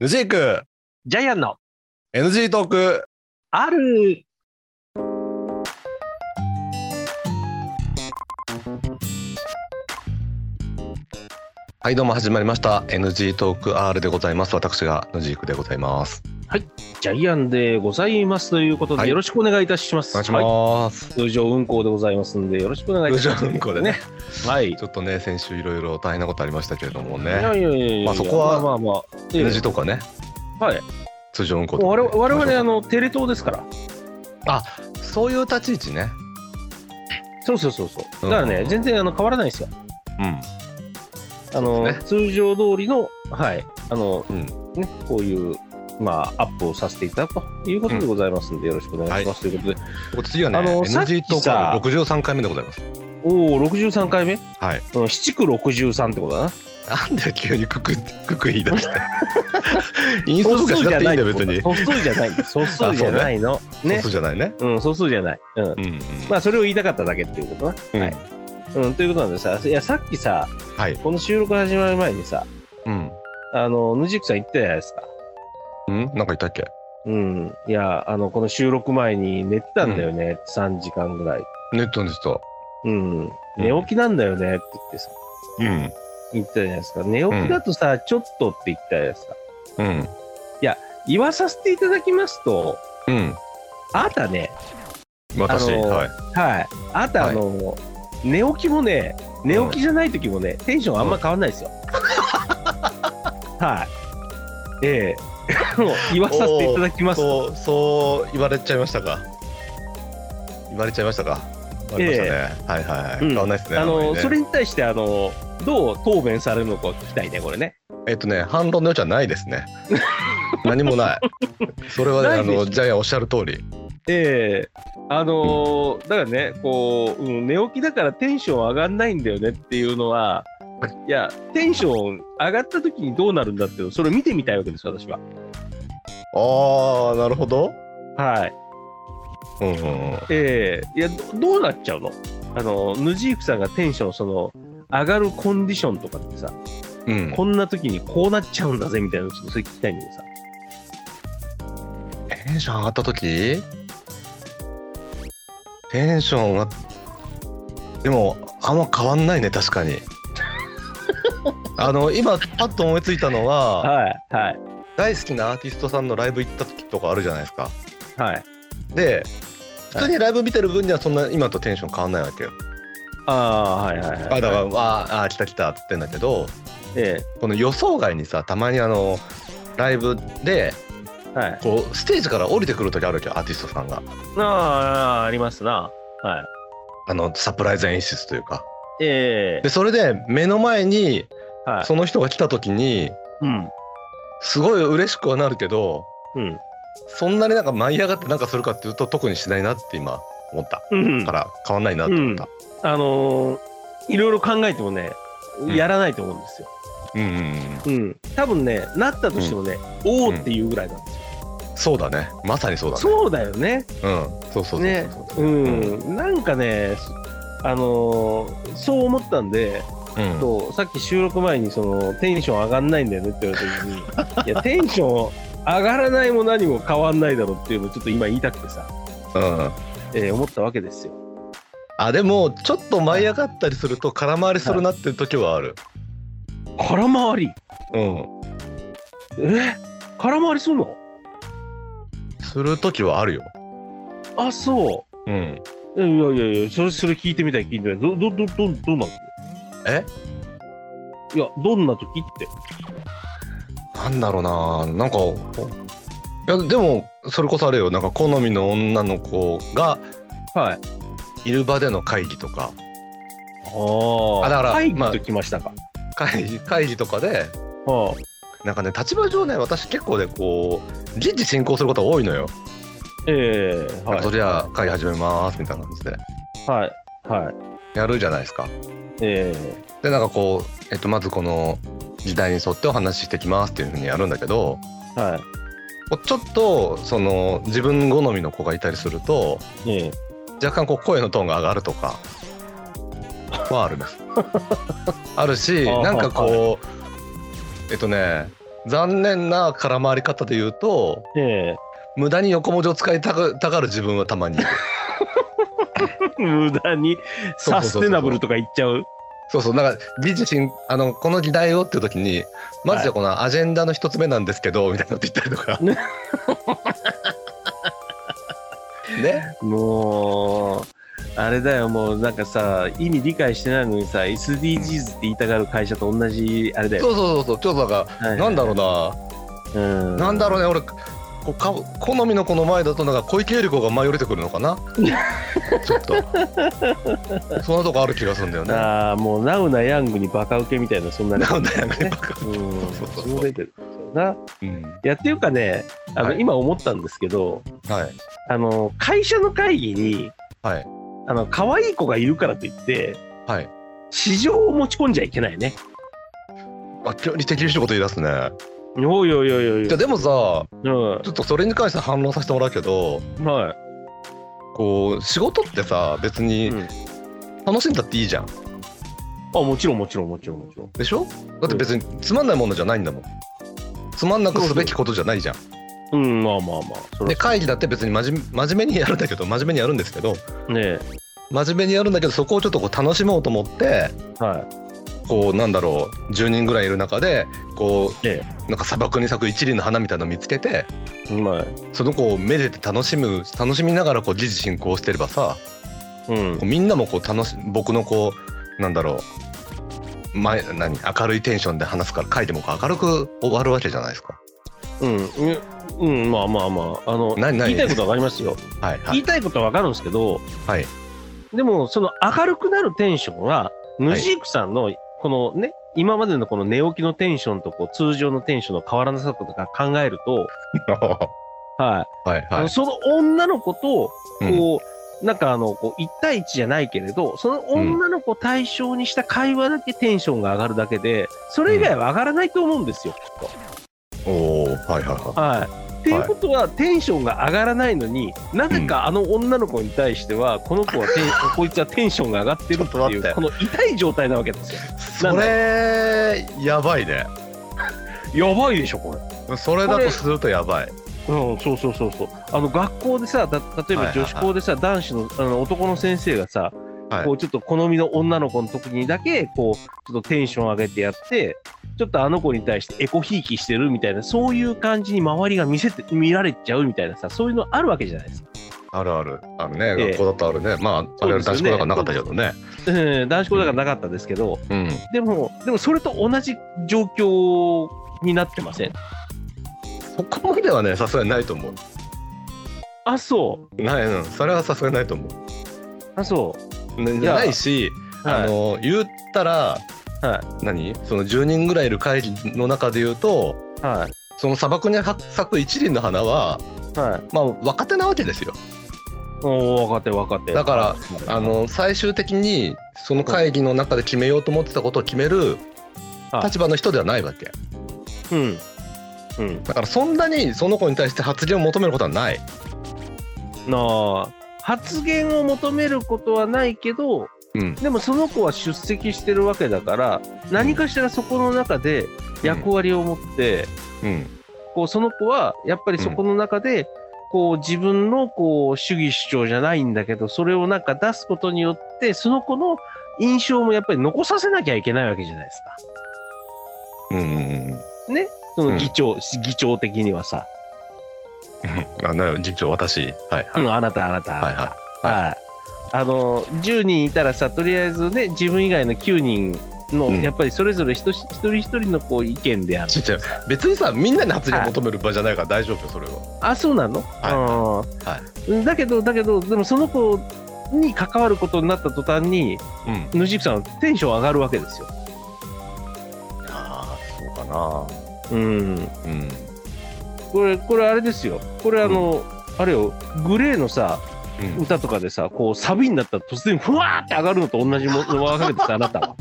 ヌジークジャイアンの NG トークあるはいどうも始まりました NG トーク R でございます私がヌジークでございますジャイアンでございますということで、はいよろしくお願いいたします。お願いしはます、い通常運行でございますんで、よろしくお願いいたします。通常運行でね。はい。いちょっとね先週いろいろ大変なことありましたけれどもねやいやいやいやまあそこはまあまあまあ。ええ NG トークはねはい。通常運行もう我々、我々あのの、テレ東ですから。そういう立ち位置ねそうそうそうそう。うんだからね、全然あの変わらないですよ。うあの、そうで通常通りの、はい。あの、んうんね、こういう、まあ、アップをさせていただくということでございますんで、よろしくお願いします、ということで。これ次はねあの NG トークさっのき63回目でございますおお、63回目はいうん、7区63ってことだな。なんで急にク ククク言い出 してインストとかしなくていいんだよ別に素数じゃない。素数じゃないの。ねそう。じゃないねうん、素数じゃない。うんう。んうんまあ、それを言いたかっただけっていうことな。うんはいうん、ということなんでさ、いや、さっきさ、はいこの収録始まる前にさ、うんあの、ヌジックさん言ってたじゃないですか。うんなんか言ったっけうん。いや、あの、この収録前に寝てたんだよね、3時間ぐらい。ネットの人うん。寝起きなんだよねって言ってさ、うん言ってたじゃないですか。寝起きだとさ、ちょっとって言ったじゃないですか。うん言わさせていただきますと、うんあなたね、私、あのーはいはい。あと、あの、寝起きもね、寝起きじゃない時もね、テンションあんま変わんないですよ。はい。ええ あの言わさせていただきますと。そうそう言われちゃいましたか言われちゃいましたか言われましたね、はいはいはい、うん変わんないですねあんまりの、ねそれに対して、あの、どう答弁されるのか聞きたいね、これね。えっとね反論の余地はないです ね何もないそれはねないあでしょのジャイアンおっしゃる通りええあのだからね、こう、うん、寝起きだからテンション上がんないんだよねっていうのは、いや、テンション上がった時にどうなるんだっていうのそれを見てみたいわけですよ、私は。ああなるほどはい。うんうんうんええいやどどうなっちゃうのあのヌジークさんがテンションその上がるコンディションとかってさ、うんこんな時にこうなっちゃうんだぜみたいなのちょっとそれ聞きたいんだけどさテンション上がった時テンションがでもあんま変わんないね確か にあの今パッと思いついたのははいはい大好きなアーティストさんのライブ行った時とかあるじゃないですかはいで普はい通にライブ見てる分にはそんな今とテンション変わんないわけよ、ああはいはいはいあだから「わーあー来た来た」って言ってんだけどえこの予想外にさたまにあのライブでえはいこうステージから降りてくる時あるわけよアーティストさんがああありますなはいあのサプライズ演出というかええでそれで目の前にはいその人が来た時にうんすごい嬉しくはなるけどうんそんなになんか舞い上がってなんかするかっていうと特にしないなって今思ったうんから変わんないなって思った、あのーいろいろ考えてもねうんやらないと思うんですよ、うんうんうん、うん、多分ねなったとしてもね、おおっていうぐらいなんですよ、そうだねまさにそうだねそうだよねうん、そうそうそうそうそうねうん、なんかね、そあのーそう思ったんで、うんそうさっき収録前にそのテンション上がんないんだよねって言われた時にいやテンション上がらないも何も変わんないだろうっていうのをちょっと今言いたくてさ、うんえー思ったわけですよ。あでもちょっと舞い上がったりすると空回りするなっていう時はある、空回りうえ空回りするのんする時はあるよあそうんうえいやいやいやそれそれ聞いてみたい聞いてみたいどどどどどんな時えいやどんな時ってなんだろうななんかおいやでもそれこそあれよなんか好みの女の子がはいいる場での会議とかああだから会議まあときましたか、会議会議とかではあ、なんかね立場上ね私結構ねこう人事進行することが多いのよ、ええなんはかいそれじゃあ会議始めますみたいな感じではいはいやるじゃないですかえでなんかこう、えっと、まずこの時代に沿ってお話ししてきますっていうふうにやるんだけどえはい。こうちょっとその自分好みの子がいたりするとええ若干こう声のトーンが上がるとかはあるんですあるしあーなんかこうえっとね残念な空回り方で言うとえ無駄に横文字を使いたがたがる自分はたまにいるえ無駄にそうそうそうそうサステナブルとか言っちゃう。そうそうなんか美自身あのこの議題をっていう時にまずじゃあこのアジェンダの一つ目なんですけどみたいなこと言ったりと かねもう、あれだよ、もうなんかさ、意味理解してないのにさ、SDGs って言いたがる会社と同じ、あれだよ。そうそうそうそうちょっとなんか、はいなんだろうなうんなんだろうね俺こうか好みのこの前だとなんか小池百合子が舞い降りてくるのか なちょっとそんなとこある気がするんだよねああ、もう、ナウなヤングにバカ受けみたいな、そんなねなんだよねうん、そうそうそうそう出てるな。うんいや、っていうかね、あの、はい今思ったんですけど、はいあの、会社の会議に、はいあの、可愛い子がいるからといって、はい市場を持ち込んじゃいけないね。あ距離的にしいこと言い出すねおいおいおいおい。じゃあでもさうん。ちょっとそれに関して反論させてもらうけどはこう仕事ってさ別い。にうん楽しんだっていいじゃんあ、もちろんもちろんもちろんもちろん。でしょだって別につまんないものじゃないんだもんつまんなくすべきことじゃないじゃんうん、まあまあまあ。それで会議だって別に真面目真面目にやるんだけど真面目にやるんですけどね真面目にやるんだけどそこをちょっとこう楽しもうと思ってはこうなんだろう10人ぐらいいる中でこう、えなんか砂漠に咲く一輪の花みたいなの見つけてい。うまい。その子をめでて楽しむ楽しみながらこう時事進行してればさうんこ。うみんなもこう楽し僕のこうなんだろう前何明るいテンションで話すから書いてもこう明るく終わるわけじゃないですか。うん。うん、まあまあまあ。あの、何言何いたいことわかりますよ。はいは言い いたいことはわかるんですけど、はいでもその明るくなるテンションは、ヌジークさんのこのね、今までのこの寝起きのテンションとこう通常のテンションの変わらなさとか考えると、はいはいあはのい。その女の子とうんこう、なんかあのこう1対1じゃないけれど、その女の子を対象にした会話だけテンションが上がるだけで、それ以外は上がらないと思うんですよ、きっおおはいはいはと。はいっていうことは、テンションが上がらないのに、なぜかあの女の子に対しては、この子はテ ン、こいつはテンションが上がってるってちょっと待いってう、この痛い状態なわけですよ。い。それやばいね。やばいでしょ、これ。それだとするとやばい。うん、そうそうそうそう。あの学校でさ、た例えはばいはいは女い子校でさ、男子のあの男の先生がさ、はいこうちょっと好みの女の子の時にだけこうちょっとテンション上げてやって、ちょっとあの子に対してエコひいきしてるみたいなそういう感じに周りが見せて見られちゃうみたいなさ、そういうのあるわけじゃないですか。あるあるあるねええ学校だとあるね。まああれは男子校だからなかったけどね。うん、男子校だからなかったですけど、うん。でもでもそれと同じ状況になってません。そこまではねさすがにないと思う。あ、そう。ないうんそれはさすがにないと思う。あ、そねいやないし。う。はいあの言ったら、は何その10人ぐらいいる会議の中で言うとはいその砂漠に咲く一輪の花は、はい。まあ、若手なわけですよおお、若手若手。だからはいあの最終的にその会議の中で決めようと思ってたことを決めるはい立場の人ではないわけうん。うん。だからそんなにその子に対して発言を求めることはないなあ発言を求めることはないけど、うんでもその子は出席してるわけだから何かしらそこの中で役割を持って、うんこうその子はやっぱりそこの中で、こう自分のこう主義主張じゃないんだけどそれをなんか出すことによってその子の印象もやっぱり残させなきゃいけないわけじゃないですか。うんうん うんねそうんの議長、議長的にはさ、あなる議長私はいはうい、ん、あなたあなた、はいははい、あの10人いたらさとりあえずね自分以外の9人の、うんやっぱりそれぞれ一人一人一人のこう意見であるちっちゃい別にさみんなに発言を求める場じゃないから大丈夫よそれはあそうなの、はうんだけどだけどでもその子に関わることになった途端にうんヌジークさんはテンション上がるわけですよ。ああそうかなうん、うんこれこれあれですよこれあの、あれよグレーのさうん歌とかでさこうサビになったら突然ふわーって上がるのと同じも のわけですよあなたは。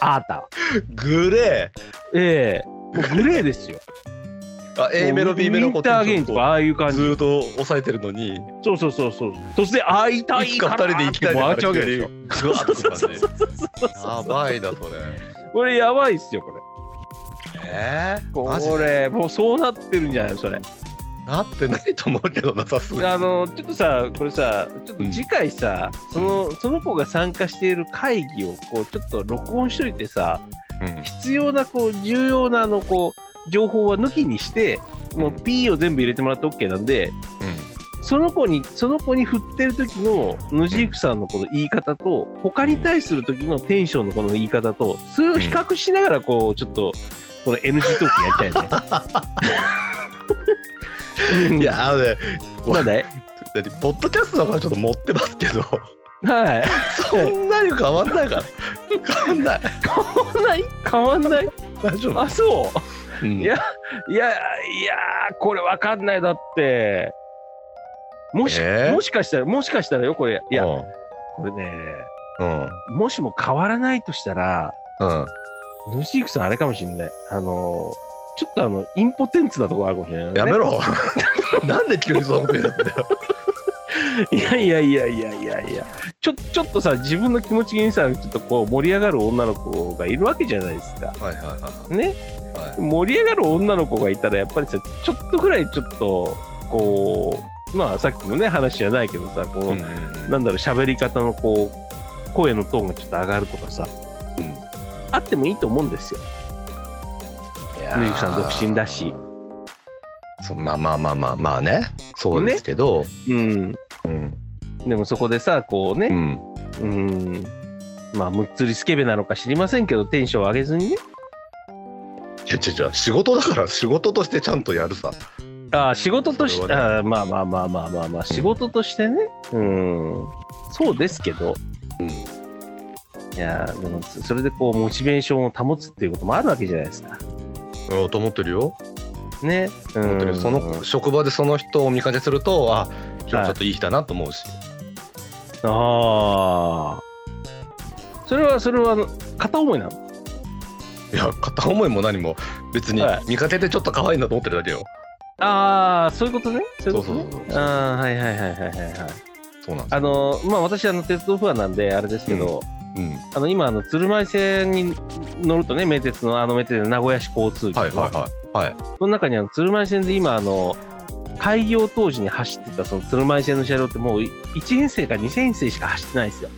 あなたは。 グレええもうグレーですよ。ーあ A メロ B メロウィンターゲインとかああいうこう感ずじーっと抑えてるのにそうそうそうそう突然会いたいいつかか二ら人で行きたい回っなちゃうわけですよグワーッとくる感じそうそうそうそうやばいなそれこれやばいっすよこれえー、マジこれもうそうなってるんじゃないそれなってないと思うけどなさすがにあのちょっとさこれさちょっと次回さ、そのその子が参加している会議をこうちょっと録音しといてさうん必要なこう重要なあのこう情報は抜きにしてもう P を全部入れてもらって OK なんでその子にその子に振ってる時の野ジークさんのこの言い方と他に対する時のテンションのこの言い方とそれを比較しながらこうちょっとこの NG トークやりたいうんね。 いやあのねうん、なんだいだってポッドキャストだからちょっと持ってますけ どはい。そんなに変わんないから変わんない変わんない変わんない大丈夫あ、そう。うんいやいやいやーこれわかんないだってもし、えーもしかしたらもしかしたらよこれいやうんこれねうんもしも変わらないとしたらうんヌシークさんあれかもしれないあのーちょっとあのインポテンツなとこあるかもしれない、ね、やめ ろなんで急にそのこと言うんだよいやいやいやいやいやいやちょちょっとさ自分の気持ちにさちょっとこう盛り上がる女の子がいるわけじゃないですかはいはいはねいはい盛り上がる女の子がいたらやっぱりさちょっとぐらいちょっとこうまあさっきのね話じゃないけどさこう、うんなんだろう喋り方のこう声のトーンがちょっと上がるとかさ、うんあってもいいと思うんですよ。いやーミルクさん独身だしそうまあまあまあまあまあねそうですけど、うん、うんでもそこでさこううね、んうん、まあむっつりスケベなのか知りませんけどテンション上げずにねいや違う違う仕事だから仕事としてちゃんとやるさあー仕事としそて、れはあーまあまあまあまあまあまあ仕事としてね、うん、そうですけど、うんいやーでもそれでこうモチベーションを保つっていうこともあるわけじゃないですか。うんと思ってるよね、うん本当にその職場でその人を見かけするとあ今日ちょっといい日だなと思うし、ああ。それは、それは、あの片思いなのい、や片思いも何も別にはい見かけてちょっと可愛いなと思ってるだけよああ、そういうことね。そういうことねそうそうそう。そうああ、はいはいはいはいはいはい。そうなんですあの、まあ、私、あの、鉄道ファンなんで、あれですけど、うんあの、今、あの、鶴舞線に乗るとね、名鉄の、あの、名鉄の名古屋市交通局。はいはいはいはいその中に、あの、鶴舞線で今、あの、開業当時に走ってた、その鶴舞線の車両って、もう、1編成か2編成しか走ってないんですよ。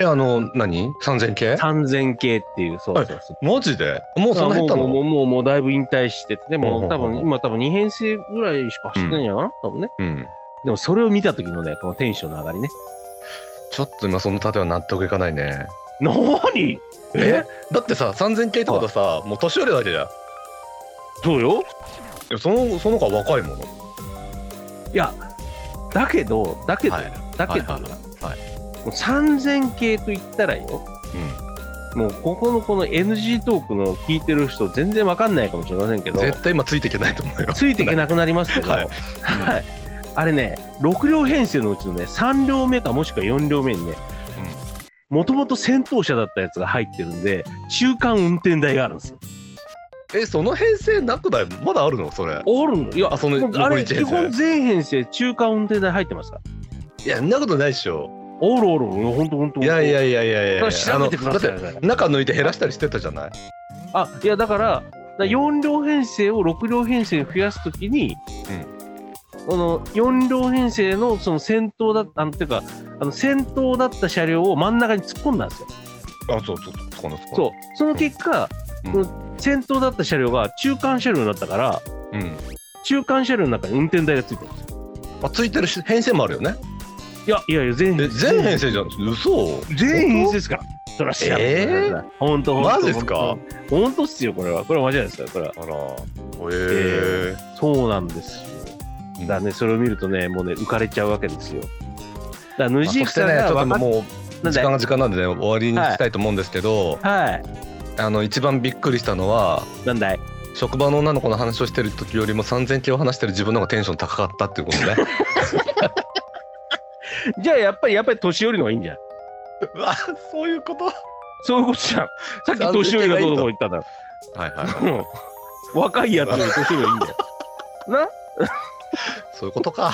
えあの何3000系3000系っていう、そうそうそう。マジでもうそんな減ったあもうものうもうもうだいぶ引退してて、ね、もう多うんうんうん分今多分2編成ぐらいしか走ってないんじゃないかな、多分ね。うんでもそれを見た時のね、このテンションの上がりね。ちょっと今その盾は納得いかないねなにえだってさ3000系ってことはさもう年寄りだけじゃんいそうよ。やそのその子は若いものいや、だけど、だけど、はいだけど、はいはいもう3000系と言ったらよ、もうここのこの NG トークの聞いてる人全然わかんないかもしれませんけうんど、絶対今ついていけないと思うよついていけなくなりますけど、ははいい。あれね、6両編成のうちのね、3両目かもしくは4両目にね、もともと先頭車だったやつが入ってるんで、中間運転台があるんですよ。 えその編成なくないまだあるのそれおるのいや、あそのもうあ残りれ、一基編成本全編成、中間運転台入ってますから。いやそんなことないっしょおるおる、ほんとほんと。いやいやいいやいやいやいや調べてくださあいのだっだかて中抜いて減らしたりしてたじゃないらあ、いや、だから、だから4両編成を6両編成に増やすときに、この4両編成のその先頭だあのっていうか、あの先頭だった車両を真ん中に突っ込んだんですよ。あそうそうそうこのそそう、その結果、うんこの先頭だった車両が中間車両になったから、ううん中間車両の中に運転台がついてるんですよ。あついてるし編成もあるよねいやいやいや、え全編全編成じゃん嘘全編成ですから。そら知らない。えー本当、本当。マジっすか本当っすよ、これは。これは間違いないですよ、これは。あらえへえそうなんですよ。だからね、それを見るとね、もうね、浮かれちゃうわけですよ。だから、ヌそジークしてさんねちょっがと分かっ、もうなん時で間が時間なんでね終わりにしたいと思うんですけど、はい。あの一番びっくりしたのはなんだい職場の女の子の話をしてる時よりも3000キロ話してる自分の方がテンション高かったっていうこと ねじゃあ、やっぱり、やっぱり年寄りの方がいいんじゃん。うわそういうことそういうこと じゃん。さっき年寄りがどうどう言ったんだろはいはいはいうん若いやつより年寄りがいいんだよ。なそういうこと か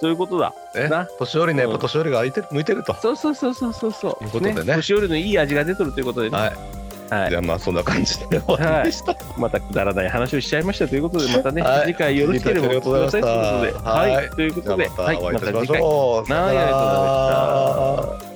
そういうことだ。えな年寄りねやっぱ年寄りが相手向いてるとそうそうそうそうそうそう。ということでね年寄りのいい味が出とるということでね。はいはいじゃあまあそんな感じで終わりでした。またくだらない話をしちゃいましたということで、またね、はい次回よろしければありがとうございましたお伝えするので、はい、はいというじこゃとあで、またはい、お会いいたまたしま次し回。ょう。さよならはいありがとうございました。